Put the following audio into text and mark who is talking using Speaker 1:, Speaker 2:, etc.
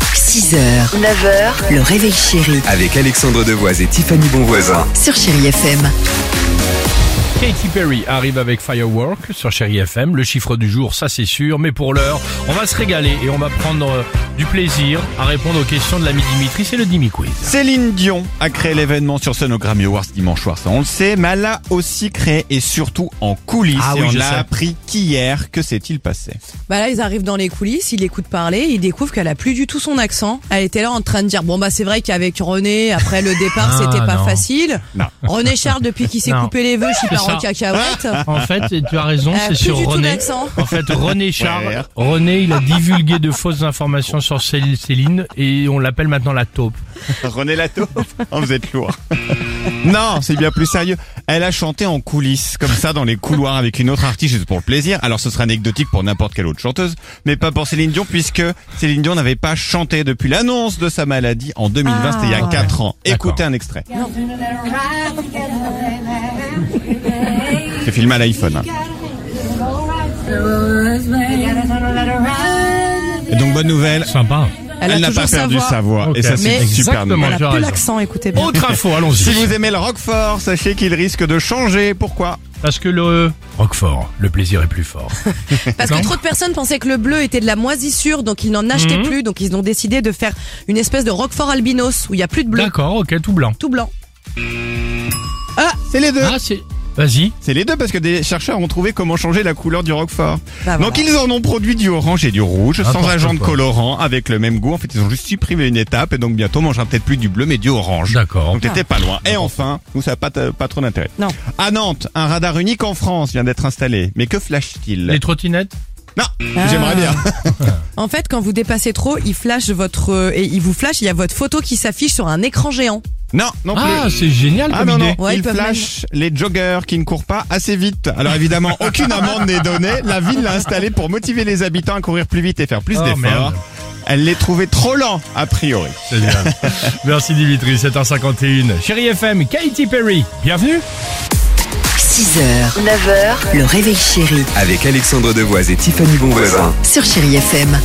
Speaker 1: 6h, 9h, le réveil chéri
Speaker 2: Avec Alexandre Devoise et Tiffany Bonvoisin.
Speaker 1: sur Chéri FM.
Speaker 3: Katy Perry arrive avec Firework sur Chéri FM. Le chiffre du jour, ça c'est sûr. Mais pour l'heure, on va se régaler et on va prendre euh, du plaisir à répondre aux questions de l'ami Dimitri. C'est le Dimi Quiz.
Speaker 4: Céline Dion a créé l'événement sur scène au Grammy Awards dimanche soir, ça on le sait, mais elle l'a aussi créé et surtout en coulisses.
Speaker 3: Ah
Speaker 4: et
Speaker 3: oui, je
Speaker 4: on
Speaker 3: sais.
Speaker 4: a appris qu'hier, que s'est-il passé
Speaker 5: Bah là, ils arrivent dans les coulisses, ils l'écoutent parler, ils découvrent qu'elle a plus du tout son accent. Elle était là en train de dire bon bah c'est vrai qu'avec René, après le départ,
Speaker 3: Ah,
Speaker 5: c'était pas
Speaker 3: non.
Speaker 5: facile.
Speaker 4: Non.
Speaker 5: René Charles, depuis qu'il s'est
Speaker 3: Non.
Speaker 5: coupé les vœux, je suis
Speaker 3: C'est
Speaker 5: pas en
Speaker 3: ça.
Speaker 5: cacahuète.
Speaker 3: En fait, tu as raison,
Speaker 5: Elle a
Speaker 3: c'est
Speaker 5: Ah, plus
Speaker 3: sur
Speaker 5: du tout
Speaker 3: René.
Speaker 5: d'accent.
Speaker 3: En fait, René Char,
Speaker 4: Ouais.
Speaker 3: René, il a divulgué de fausses informations sur Cél- Céline et on l'appelle maintenant la taupe.
Speaker 4: René Latto oh, Vous êtes lourd. non, c'est bien plus sérieux. Elle a chanté en coulisses, comme ça, dans les couloirs avec une autre artiste, juste pour le plaisir. Alors ce sera anecdotique pour n'importe quelle autre chanteuse, mais pas pour Céline Dion, puisque Céline Dion n'avait pas chanté depuis l'annonce de sa maladie en 2020, c'était il y a 4 ans. Écoutez un extrait. C'est filmé à l'iPhone. hein. Et donc bonne nouvelle,
Speaker 3: Sympa.
Speaker 4: elle, n'a pas perdu sa voix.
Speaker 3: Ok.
Speaker 4: Et ça, c'est
Speaker 5: Mais-
Speaker 4: super
Speaker 3: Exactement.
Speaker 4: nouvelle.
Speaker 5: Elle
Speaker 3: tu as
Speaker 5: a plus
Speaker 3: raison.
Speaker 5: l'accent, écoutez bien.
Speaker 3: Autre info,
Speaker 4: Si
Speaker 3: allons-y.
Speaker 4: vous aimez le Roquefort, sachez qu'il risque de changer. Pourquoi
Speaker 3: Parce que le Roquefort, le plaisir est plus fort.
Speaker 5: Parce que trop de personnes pensaient que le bleu était de la moisissure, donc ils
Speaker 3: Mhm.
Speaker 5: n'en achetaient plus, donc ils ont décidé de faire une espèce de Roquefort albinos où il y a plus de bleu,
Speaker 3: D'accord, ok, tout blanc.
Speaker 5: tout blanc.
Speaker 4: C'est les deux.
Speaker 3: Ah, c'est. Vas-y.
Speaker 4: C'est les deux parce que des chercheurs ont trouvé comment changer la couleur du Roquefort.
Speaker 5: Bah, voilà.
Speaker 4: Donc ils en ont produit du orange et du rouge, sans
Speaker 3: N'importe
Speaker 4: agent de
Speaker 3: quoi.
Speaker 4: colorant, avec le même goût. En fait, ils ont juste supprimé une étape et donc bientôt on mangera peut-être plus du bleu mais du orange.
Speaker 3: D'accord.
Speaker 4: Donc t'étais pas loin. Et enfin, nous ça n'a pas, t- pas trop d'intérêt.
Speaker 5: Non.
Speaker 4: À Nantes, un radar unique en France vient d'être installé. Mais que flash-t-il
Speaker 3: Les trottinettes
Speaker 4: Non,
Speaker 5: Ah.
Speaker 4: j'aimerais bien.
Speaker 5: En fait, quand vous dépassez trop, il flash votre euh, et il vous flash, il y a votre photo qui s'affiche sur un écran géant.
Speaker 4: Non, non plus.
Speaker 3: Ah, c'est génial
Speaker 4: Ah
Speaker 3: comme
Speaker 4: non,
Speaker 3: idée.
Speaker 4: non,
Speaker 5: Ouais, ils
Speaker 4: il
Speaker 5: peuvent
Speaker 4: flash les joggers qui ne courent pas assez vite. Alors évidemment, aucune amende n'est donnée. La ville l'a installé pour motiver les habitants à courir plus vite et faire plus
Speaker 3: Oh,
Speaker 4: d'efforts.
Speaker 3: merde.
Speaker 4: Elle les trouvait trop lents, a priori.
Speaker 3: C'est bien. Merci Dimitri, 7h51. Chérie FM, Katy Perry, bienvenue.
Speaker 1: 6h, 9h, le réveil chéri
Speaker 2: Avec Alexandre Devoise et Tiffany Bonvoisin.
Speaker 1: sur Chéri FM.